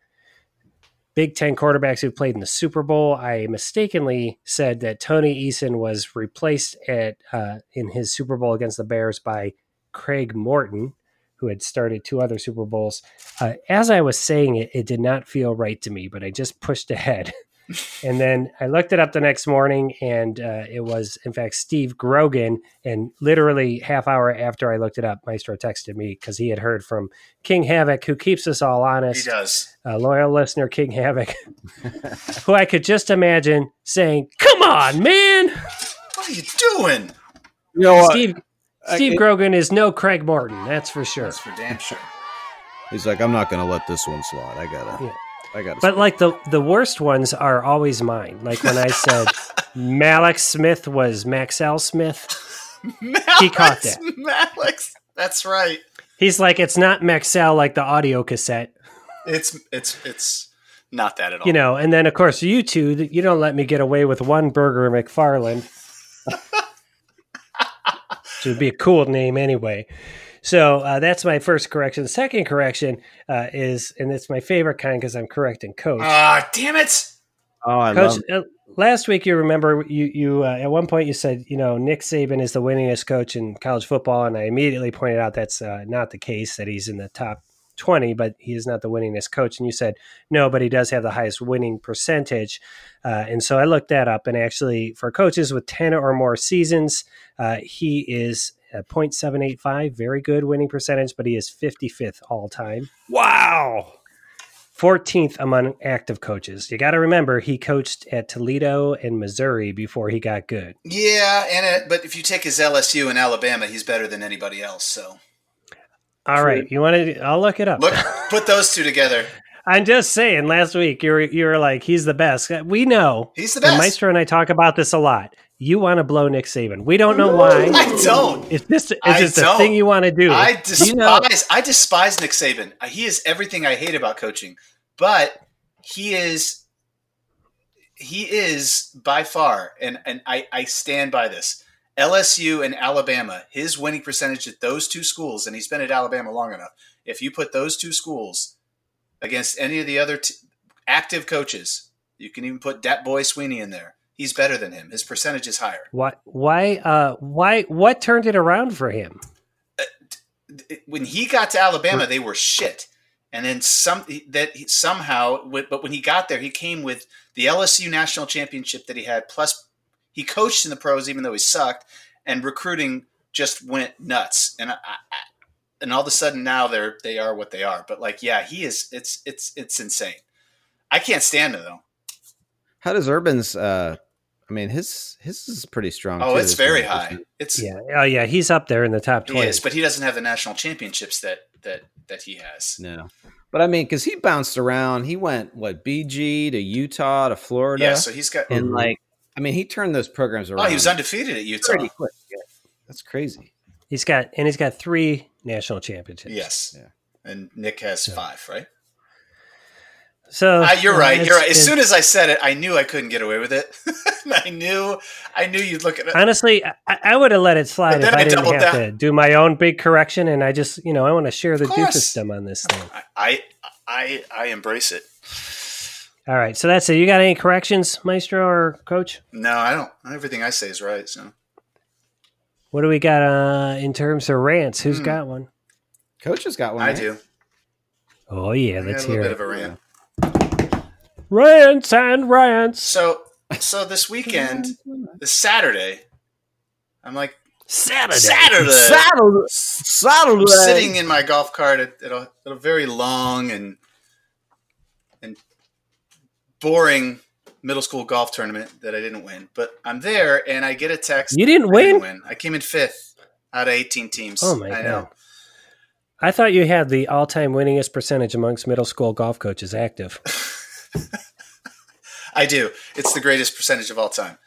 C: Big Ten quarterbacks who played in the Super Bowl, I mistakenly said that Tony Eason was replaced at uh, in his Super Bowl against the Bears by Craig Morton. Who had started two other Super Bowls. Uh, as I was saying it, it did not feel right to me, but I just pushed ahead. And then I looked it up the next morning, and uh, it was, in fact, Steve Grogan. And literally half hour after I looked it up, Maestro texted me because he had heard from King Havoc, who keeps us all
F: He
C: honest,
F: does.
C: a uh, loyal listener, King Havoc, who I could just imagine saying, "Come on, man,
F: What are you doing?
E: You know what?
C: Steve."
E: I-
C: Steve
E: it-
C: Grogan is no Craig Martin, that's for sure.
F: uh, That's for damn sure.
E: He's like, I'm not gonna let this one slide. I gotta.
C: Yeah.
E: I gotta.
C: But like the the worst ones are always mine. Like when I said Malik Smith was Maxell Smith.
F: Malik,
C: caught that.
F: Malik. That's right.
C: He's like, it's not Maxell like the audio cassette,
F: It's it's it's not that at all.
C: you know. And then, of course, you two, th- you don't let me get away with one burger McFarland. Which would be a cool name anyway. So uh, that's my first correction. Second correction uh, is, and it's my favorite kind because I'm correcting Coach.
F: Ah, damn it!
E: oh, I
C: Coach,
E: love.
C: uh, last week you remember you you uh, at one point you said you know Nick Saban is the winningest coach in college football, and I immediately pointed out that's uh, not the case that he's in the top twenty, but he is not the winningest coach. And you said no, but he does have the highest winning percentage. Uh, and so I looked that up, and actually for coaches with ten or more seasons, uh, he is uh, 0.785, very good winning percentage, but he is 55th all time.
G: Wow.
C: 14th among active coaches. You got to remember, he coached at Toledo and Missouri before he got good.
F: Yeah, and it, but if you take his LSU and Alabama, he's better than anybody else. So
C: All right, you want to? I'll look it up.
F: look, put those two together.
C: I'm just saying. Last week, you were you were like, he's the best. Uh, We know
F: He's the
C: And
F: best.
C: Maestro and I talk about this a lot. You want to blow Nick Saban. We don't know why.
F: I don't.
C: It's just it's
F: I
C: just a
F: don't.
C: thing you want to do.
F: I
E: Do
F: despise.
E: you know-
F: I despise Nick Saban. Uh, He is everything I hate about coaching, but he is he is by far, and and I I stand by this. LSU and Alabama, his winning percentage at those two schools, and he's been at Alabama long enough. If you put those two schools against any of the other t- active coaches, you can even put Dat Boy Sweeney in there. He's better than him. His percentage is higher.
C: why why uh why what turned it around for him?
F: when he got to Alabama, they were shit. And then some that he- somehow, wi- but when he got there, he came with the LSU national championship that he had. Plus, he coached in the pros, even though he sucked, and recruiting just went nuts. And I, I, and all of a sudden now they're they are what they are. But like, yeah, he is. It's it's it's insane. I can't stand it though.
E: How does Urban's? Uh, I mean, his his is pretty strong.
F: Oh,
E: too,
F: it's
E: this
F: very
E: one.
F: high. It's
C: Yeah, oh yeah, he's up there in the top
F: he
C: twenty.
F: is, but he doesn't have the national championships that that that he has.
E: No, but I mean, because he bounced around. He went what BG to Utah to Florida,
F: Yeah, so he's got.
E: and like, I mean, he turned those programs around.
F: Oh, he was undefeated at Utah.
E: pretty quick. Yeah. That's crazy.
C: He's got and he's got three national championships.
F: Yes.
E: Yeah.
F: And Nick has five, right?
C: So
F: Ah, you're right.
C: uh, it's-
F: You're right. As
C: it's-
F: soon as I said it, I knew I couldn't get away with it. I knew, I knew you'd look at it.
C: honestly, I, I would have let it slide
F: But
C: if
F: then
C: I
F: I
C: didn't
F: doubled
C: have
F: down.
C: to do my own big correction. And I just, you know, I want to share the
F: course.
C: doofusdom on this thing.
F: I, I, I, I embrace it.
C: All right, so that's it. You got any corrections, Maestro or Coach?
F: No, I don't. Everything I say is right. So
C: What do we got uh, in terms of rants? Who's
F: Hmm.
C: got one?
E: Coach has got one.
F: I
E: right?
F: do.
C: Oh yeah,
F: I got a
C: let's
F: little
C: hear
F: bit
C: it.
F: of a rant.
C: Rants and rants.
F: So, so this weekend, this Saturday, I'm like
C: Saturday.
F: Saturday.
D: Saddle,
F: I'm
D: saddle.
F: sitting in my golf cart at, at, a, at a very long and and boring middle school golf tournament that I didn't win. But I'm there, and I get a text.
C: You didn't
F: I didn't
C: win.
F: win. I came in fifth out of 18 teams.
C: Oh my
F: I
C: god.
F: know.
C: I thought you had the all-time winningest percentage amongst middle school golf coaches active.
F: I do. It's the greatest percentage of all time.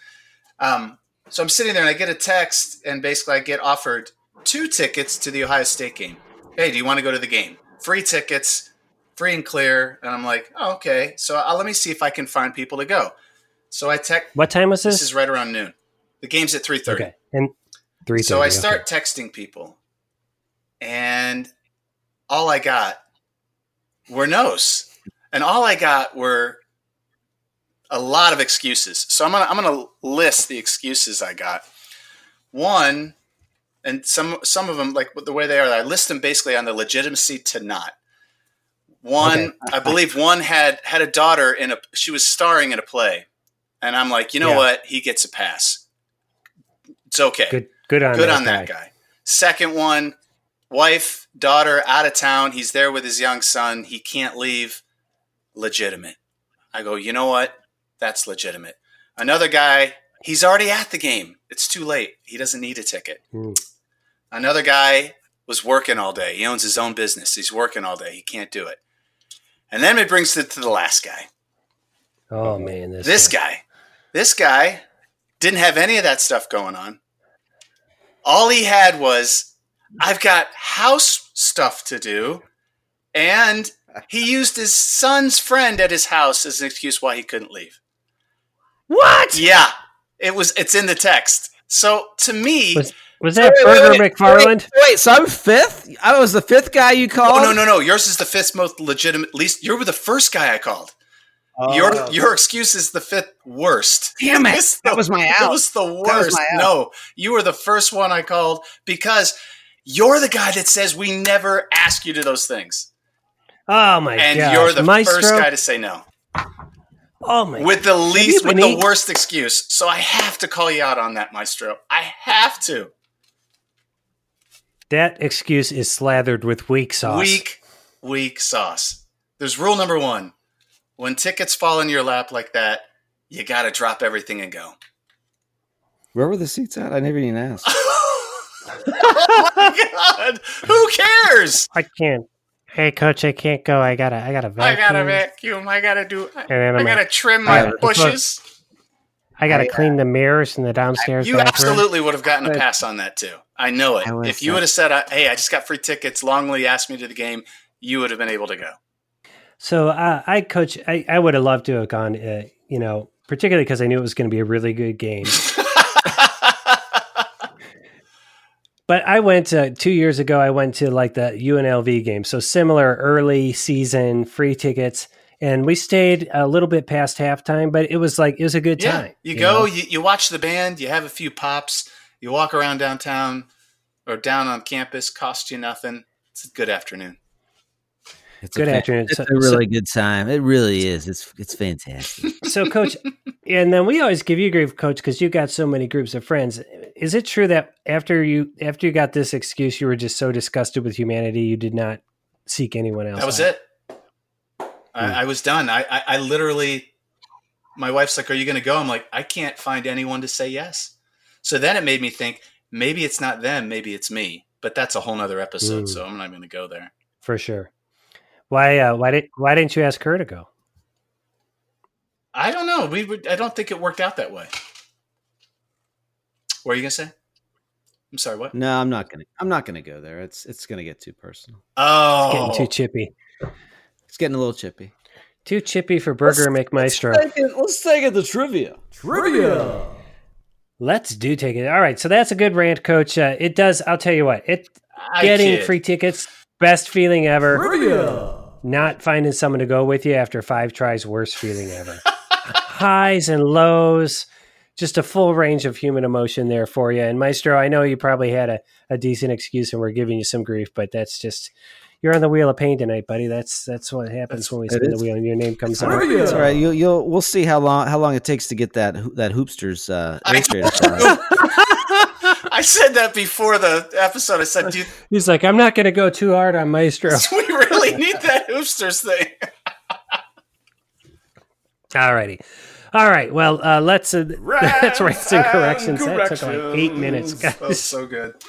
F: Um, so I'm sitting there and I get a text, and basically I get offered two tickets to the Ohio State game. Hey, do you want to go to the game? Free tickets, free and clear. And I'm like, oh, okay. So i let me see if I can find people to go. So I text.
C: What time was this?
F: This is right around noon. The game's at 3:30.
C: okay, and three.
F: So I start texting people, and all I got were no's, and all I got were a lot of excuses. So I'm gonna I'm gonna list the excuses I got. One, and some some of them like the way they are, I list them basically on the legitimacy to not. One,
C: Okay.
F: I believe one had had a daughter in a she was starring in a play, and I'm like, you know
C: Yeah.
F: what, he gets a pass. It's okay
C: Good. Good on.
F: good
C: that
F: on that guy. Second one, wife, daughter out of town. He's there with his young son. He can't leave. Legitimate. I go, you know what? That's legitimate. Another guy, he's already at the game. It's too late. He doesn't need a ticket.
C: Hmm.
F: Another guy was working all day. He owns his own business. He's working all day. He can't do it. And then it brings it to the last guy.
C: Oh man, this,
F: This guy, this guy didn't have any of that stuff going on. All he had was, I've got house stuff to do. And he used his son's friend at his house as an excuse why he couldn't leave.
D: What?
F: Yeah, it was, it's in the text. So to me,
C: Was- was that
D: Wait, wait,
C: Burger
D: wait,
C: McFarland?
D: Wait, wait, so I'm fifth. I was the fifth guy you called.
F: oh, no, no, no. Yours is the fifth most legitimate, least you're the first guy I called.
E: Oh.
F: your, your excuse is the fifth worst.
D: Uh, Damn it!
F: It's the
D: That was my
F: That
D: out.
F: was the
D: was
F: worst.
D: my out.
F: no, you were the first one I called because you're the guy that says we never ask you to those things,
C: Oh my
F: and
C: gosh.
F: you're the
C: Maestro.
F: first guy to say no
C: oh my.
F: with the least,
C: we
F: with the
C: need-
F: worst excuse. So I have to call you out on that, Maestro. I have to.
C: That excuse is slathered with weak sauce.
F: Weak, weak sauce. There's rule number one. When tickets fall in your lap like that, you gotta drop everything and go.
E: Where were the seats at? I never even asked.
F: oh my god! Who cares?
C: I can't. Hey, coach, I can't go. I gotta. I gotta. Vacuum.
F: I gotta vacuum. I gotta do. I,
C: And then
F: I
C: I'm
F: gotta
C: gotta.
F: trim my
C: I-
F: bushes.
C: I gotta clean the mirrors in the downstairs
F: uh, You
C: bathroom.
F: absolutely would have gotten a pass on that too. I know it.
E: I would've
F: If you
E: said-
F: would have said, uh, "Hey, I just got free tickets," Longley asked me to the game, you would have been able to go.
C: So uh, I coach. I, I would have loved to have gone. Uh, you know, particularly because I knew it was going to be a really good game. But I went to, two years ago. I went to like the UNLV game, so similar early season free tickets, and we stayed a little bit past halftime. But it was like it was a good
F: yeah,
C: time.
F: you,
C: know?
F: go. You, you watch the band. You have a few pops. You walk around downtown or down on campus. Cost you nothing. It's a good afternoon.
E: It's
C: Good
E: a fan-
C: afternoon.
E: It's
C: So-
E: a really good time. It really is. It's it's fantastic.
C: so coach and then we always give you grief coach because you got so many groups of friends is it true that after you after you got this excuse you were just so disgusted with humanity you did not seek anyone else
F: That was
C: out?
F: it. I, I was done. I, I, I literally, my wife's like, "Are you going to go?" I'm like, "I can't find anyone to say yes." So then it made me think maybe it's not them, maybe it's me. But that's a whole nother episode,
C: Mm.
F: so I'm not going to go there.
C: for sure why uh, why did why didn't you ask her to go
F: I don't know. We would, I don't think it worked out that way. What are you going to say? I'm sorry. What?
E: No, I'm not gonna. I'm not gonna go there. It's it's gonna get too personal.
F: Oh,
C: getting too chippy
E: It's getting a little chippy.
C: too chippy for burger make maestro
E: Let's take it to trivia.
C: let's do take it all right so that's a good rant coach uh, it does i'll tell you what it
F: I
C: getting
F: kid.
C: free tickets best feeling ever not finding someone to go with you after five tries worst feeling ever highs and lows just a full range of human emotion there for you and maestro i know you probably had a, a decent excuse and we're giving you some grief but that's just you're on the wheel of pain tonight buddy that's that's what happens when we spin the
E: is.
C: wheel and your name comes up
E: It's all right. You'll, you'll we'll see how long how long it takes to get that ho- that hoopsters uh, illustrated. for us.
F: I said that before the episode. I said, "Dude,
C: he's like i'm not going to go too hard on maestro
F: we really need that hoopsters thing."
C: Alrighty. All right. Well, uh, let's. Uh, that's
G: Rants
C: rants and
G: and
C: corrections. That took like eight minutes,
G: corrections.
F: That's
C: guys.
F: so good.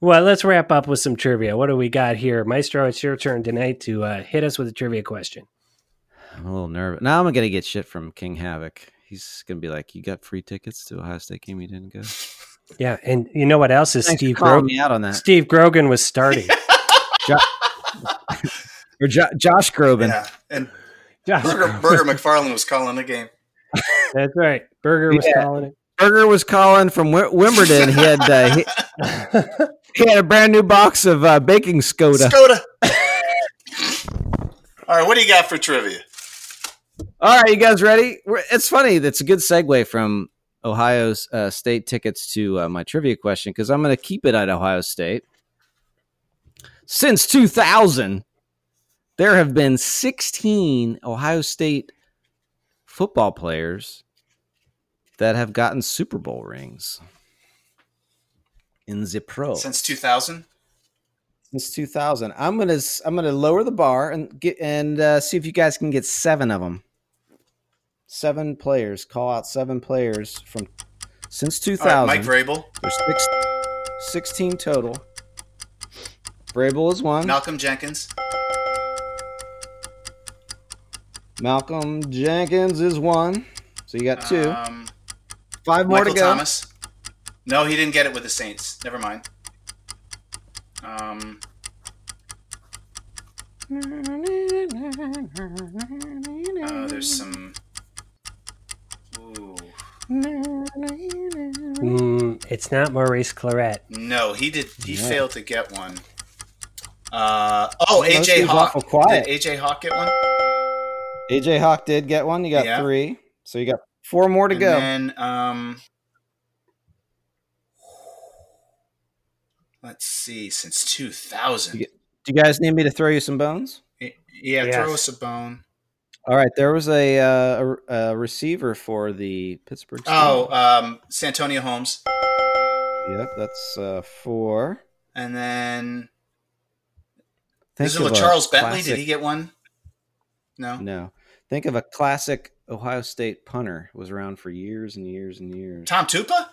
C: Well, let's wrap up with some trivia. What do we got here, Maestro? It's your turn tonight to uh, hit us with a trivia question.
E: I'm a little nervous. Now I'm gonna get shit from King Havoc. He's gonna be like, "You got free tickets to Ohio State game. You didn't go."
C: Yeah, and you know what else is
E: Thanks for
C: Steve
E: calling
C: Grogan?
E: me out on that.
C: Steve Grogan was starting.
E: Or Jo- Josh Groban.
F: Yeah, and
C: Josh
F: Burger,
C: Groban.
F: Burger McFarland was calling the game.
C: That's right. Burger was
E: Yeah.
C: calling it.
E: Berger was calling from Wi- Wimbledon. He had uh, he, he had a brand new box of uh, baking soda.
F: Skoda. All right, what do you got for trivia?
E: All right, you guys ready? We're, it's funny. That's a good segue from Ohio's uh, state tickets to uh, my trivia question because I'm going to keep it at Ohio State. Since 2000, there have been 16 Ohio State football players that have gotten Super Bowl rings in the pro
F: Since 2000?
E: since 2000. I'm gonna s- I'm gonna lower the bar and get and uh, see if you guys can get seven of them. Seven players. Call out seven players from since
F: All right, Mike
E: 2000.
F: Vrabel,
E: There's six, 16 total. Vrabel is one.
F: Malcolm Jenkins,
E: Malcolm Jenkins is one. So you got two.
F: um,
E: Five more
F: Michael
E: to go.
F: Thomas. No, he didn't get it with the Saints. Never mind. Um, uh, there's some. Ooh.
C: Mm, it's not Maurice Claret.
F: No, he did. He failed to get one. Uh, oh,
E: Most
F: AJ
E: teams
F: Hawk.
E: awful quiet.
F: Did AJ Hawk get one?
E: AJ Hawk did get one. You got
F: Yeah.
E: three. So you got four more to
F: and
E: go.
F: Then, um, let's see, since 2000.
E: You Do you guys need me to throw you some bones?
F: Y- Yeah,
C: Yes.
F: throw us a bone.
E: All right, there was a, uh, a, a receiver for the Pittsburgh. Steelers.
F: Oh, um, Santonio Holmes.
E: yep, that's uh, four.
F: And then
E: Think
F: is it
E: of a
F: Charles Bentley?
E: classic-
F: Did he get one? No.
E: No. Think of a classic Ohio State punter was around for years and years and years.
F: Tom Tupa?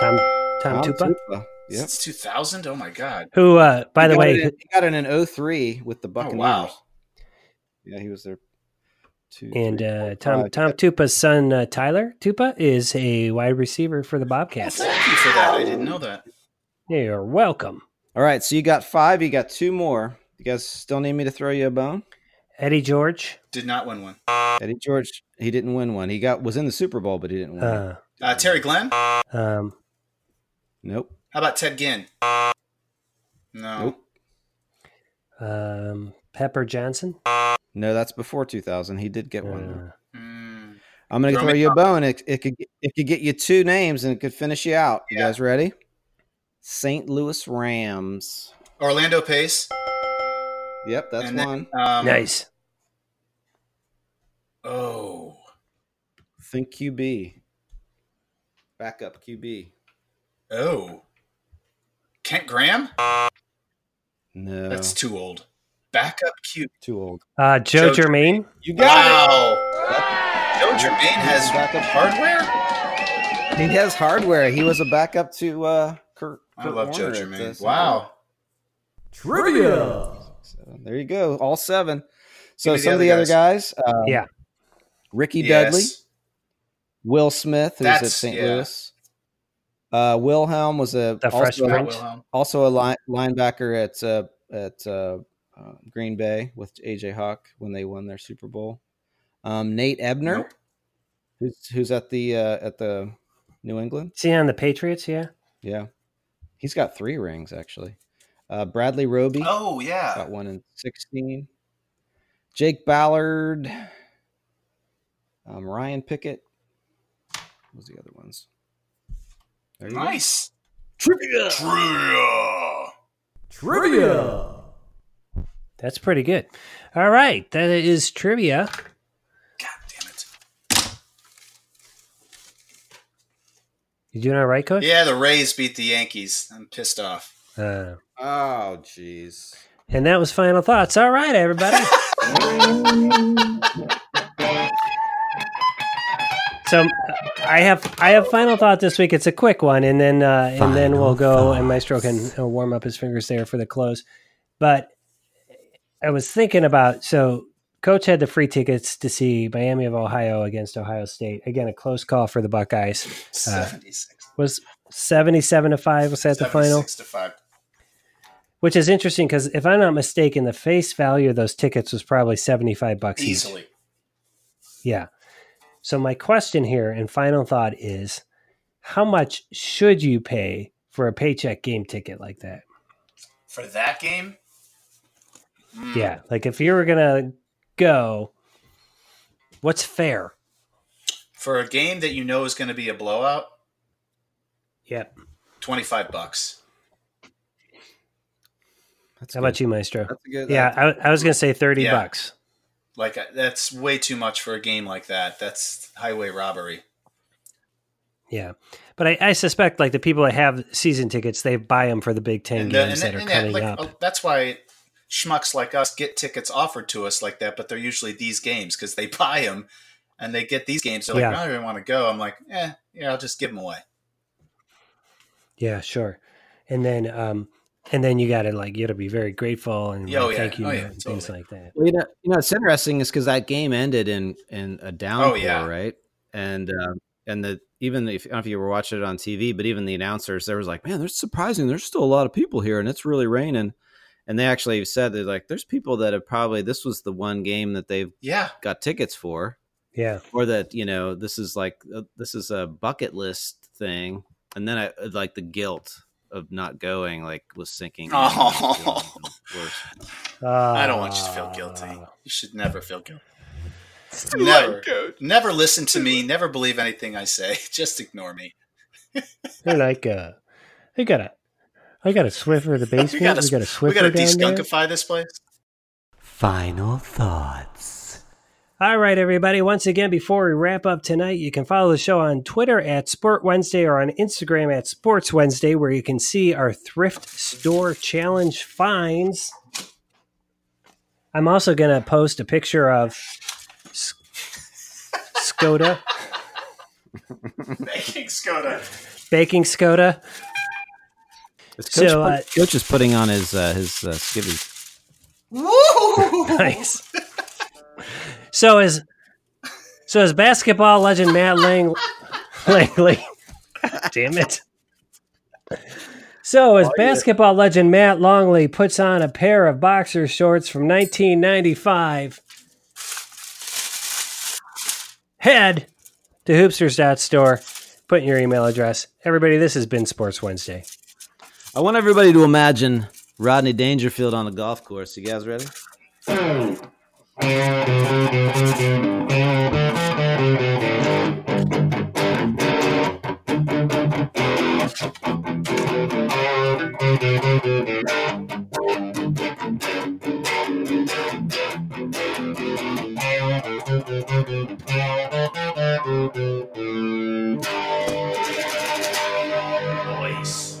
C: Tom Tom, Tupa,
E: Tupa. Yep.
F: Since 2000? Oh my God.
C: who uh, by
E: He
C: the
E: got
C: way,
E: it in, he got it in 03 with the
F: Oh,
E: Buccaneers.
F: wow.
E: Yeah, he was there. Two,
C: and
E: three,
C: uh,
E: four,
C: Tom
E: five.
C: Tom Tupa's son uh, Tyler Tupa is a wide receiver for the
F: Well,
C: Bobcats.
F: thank you for that. I didn't know that.
C: You're welcome,
E: All right, so you got five. You got two more. You guys still need me to throw you a bone?
C: Eddie George.
F: Did not win one.
E: Eddie George, he didn't win one. He got was in the Super Bowl, but he didn't win. it.
C: Uh,
F: Uh, Terry Glenn? How
C: um,
E: Nope.
F: about Ted Ginn? No.
E: Nope.
C: um, Pepper Johnson.
E: No, that's before 2000. He did get one. though.
C: Uh,
F: Mm.
E: I'm going to
F: throw
E: throw
F: me
E: you a bone. It, it could it could get you two names and it could finish you out. You
F: Yeah.
E: guys ready? St. Louis Rams.
F: Orlando Pace?
E: Yep, that's
F: And then-
E: one.
F: Um,
C: nice.
F: Oh.
E: Think QB. Backup QB.
F: Oh. Kent Graham?
E: No,
F: That's too old. Backup cute.
E: too old.
C: Uh, Joe,
F: Joe
C: Germain.
E: You
F: Wow. Joe Germain has
E: Backup.
F: hardware?
E: it. He has hardware. He was a backup to uh, Kurt.
F: I
E: Kurt
F: love Joe
E: Warner at the
F: Germain.
E: St. Louis.
F: Wow.
G: Trivia!
E: So there you go. All seven. So
F: Give me the
E: some of
F: other
E: the other guys. uh,
C: Yeah.
E: Ricky
F: Yes.
E: E. Dudley, Will Smith, who's at
F: That's-
E: St.
F: yeah.
E: Louis. Uh, Wilhelm was a
C: The
E: also,
C: freshman.
F: Matt
E: a,
C: French.
F: Wilhelm.
E: also a line, linebacker at uh, at uh, uh, Green Bay with AJ Hawk when they won their Super Bowl. Um, Nate Ebner,
F: Nope.
E: who's who's at the uh, at the New England.
C: See on the Patriots. Yeah.
E: Yeah, he's got three rings actually. Uh, Bradley Roby
F: Oh yeah.
E: got one in sixteen. Jake Ballard, um, Ryan Pickett. What was the other ones? There you go.
F: Nice.
D: Trivia.
F: Trivia.
G: Trivia!
C: That's pretty good. All right, that is trivia.
F: God damn it.
C: You doing all right, coach?
F: Yeah, the Rays beat the Yankees. I'm pissed off.
C: Uh,
E: Oh, jeez.
C: and that was final thoughts. All right, everybody. so uh, I have I have final thought this week. It's a quick one, and then uh, and then we'll go and Maestro can uh, warm up his fingers there for the close. But I was thinking about so coach had the free tickets to see Miami of Ohio against Ohio State. Again, a close call for the Buckeyes.
E: Uh,
F: 76.
C: was 77 to 5 was that the final
F: 76 to five.
C: which is interesting because if i'm not mistaken the face value of those tickets was probably 75 bucks each.
F: Easily.
C: yeah so my question here and final thought is how much should you pay for a paycheck game ticket like that
F: For that game? Mm.
C: yeah like if you were gonna go what's fair
F: For a game that you know is going to be a blowout,
C: yep
F: 25 bucks.
E: That's
C: how about you maestro
E: That's a good. uh,
C: yeah I, I was gonna say 30
F: Yeah.
C: bucks
F: Like I- that's way too much for a game like that. That's highway robbery.
C: yeah but I, I suspect like the people that have season tickets they buy them for the big ten
F: and the-
C: games
F: and
C: that
F: the-
C: are
F: and
C: coming
F: like,
C: up
F: uh, that's why schmucks like us get tickets offered to us like that, but they're usually these games because they buy them and they get these games. They're like,
C: Yeah.
F: I don't even want to go. I'm like, eh, yeah, I'll just give them away.
C: Yeah, sure. And then um and then you gotta like you gotta be very grateful and
F: Yeah, oh,
C: like,
F: yeah.
C: thank you
F: Oh,
C: note
F: yeah,
C: and things
F: totally.
C: like that.
E: Well, you know, you know, it's interesting is because that game ended in in a downpour,
F: yeah.
E: right? And um, and the even if I don't know if you were watching it on TV, but even the announcers, there was like, man, there's surprising. There's still a lot of people here, and it's really raining. And they actually said they're like, there's people that have probably this was the one game that they've
F: Yeah.
E: got tickets for,
C: Yeah.
E: or that you know this is like uh, this is a bucket list thing. And then I uh, like the guilt of not going like was sinking. in.
F: Oh.
E: Worse.
F: I don't want you to feel guilty.
C: Uh. Ah,
F: You should never feel guilty.
G: Never.
F: Never, never listen to me. Never believe anything I say. Just ignore me.
C: They're like uh I got a I got a Swiffer in the basement. we got a, Swiffer
F: we gotta
C: down there.
F: de-skunkify this place.
H: Final thoughts.
C: All right, everybody. Once again, before we wrap up tonight, you can follow the show on Twitter at Sport Wednesday or on Instagram at Sports Wednesday, where you can see our thrift store challenge finds. I'm also going to post a picture of S- Skoda,
F: Making Skoda.
C: baking Skoda.
E: It's
C: So,
E: Coach, put-
C: uh,
E: Coach is putting on his uh, his uh, skivvies.
F: Woo!
C: Nice. So is so is basketball legend Matt Lang Langley. Damn it. So as basketball legend Matt Longley puts on a pair of boxer shorts from 1995. Head to hoopsters.store. Put in your email address. Everybody, this has been Sports Wednesday.
E: I want everybody to imagine Rodney Dangerfield on a golf course. You guys ready?
F: Nice.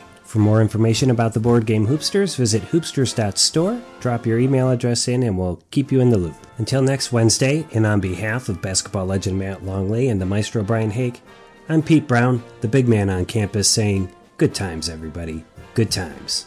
C: For more information about the board game Hoopsters, visit hoopsters.store, drop your email address in, and we'll keep you in the loop. Until next Wednesday, and on behalf of basketball legend Matt Longley and the maestro Brian Hake, I'm Pete Brown, the big man on campus, saying, Good times, everybody. Good times.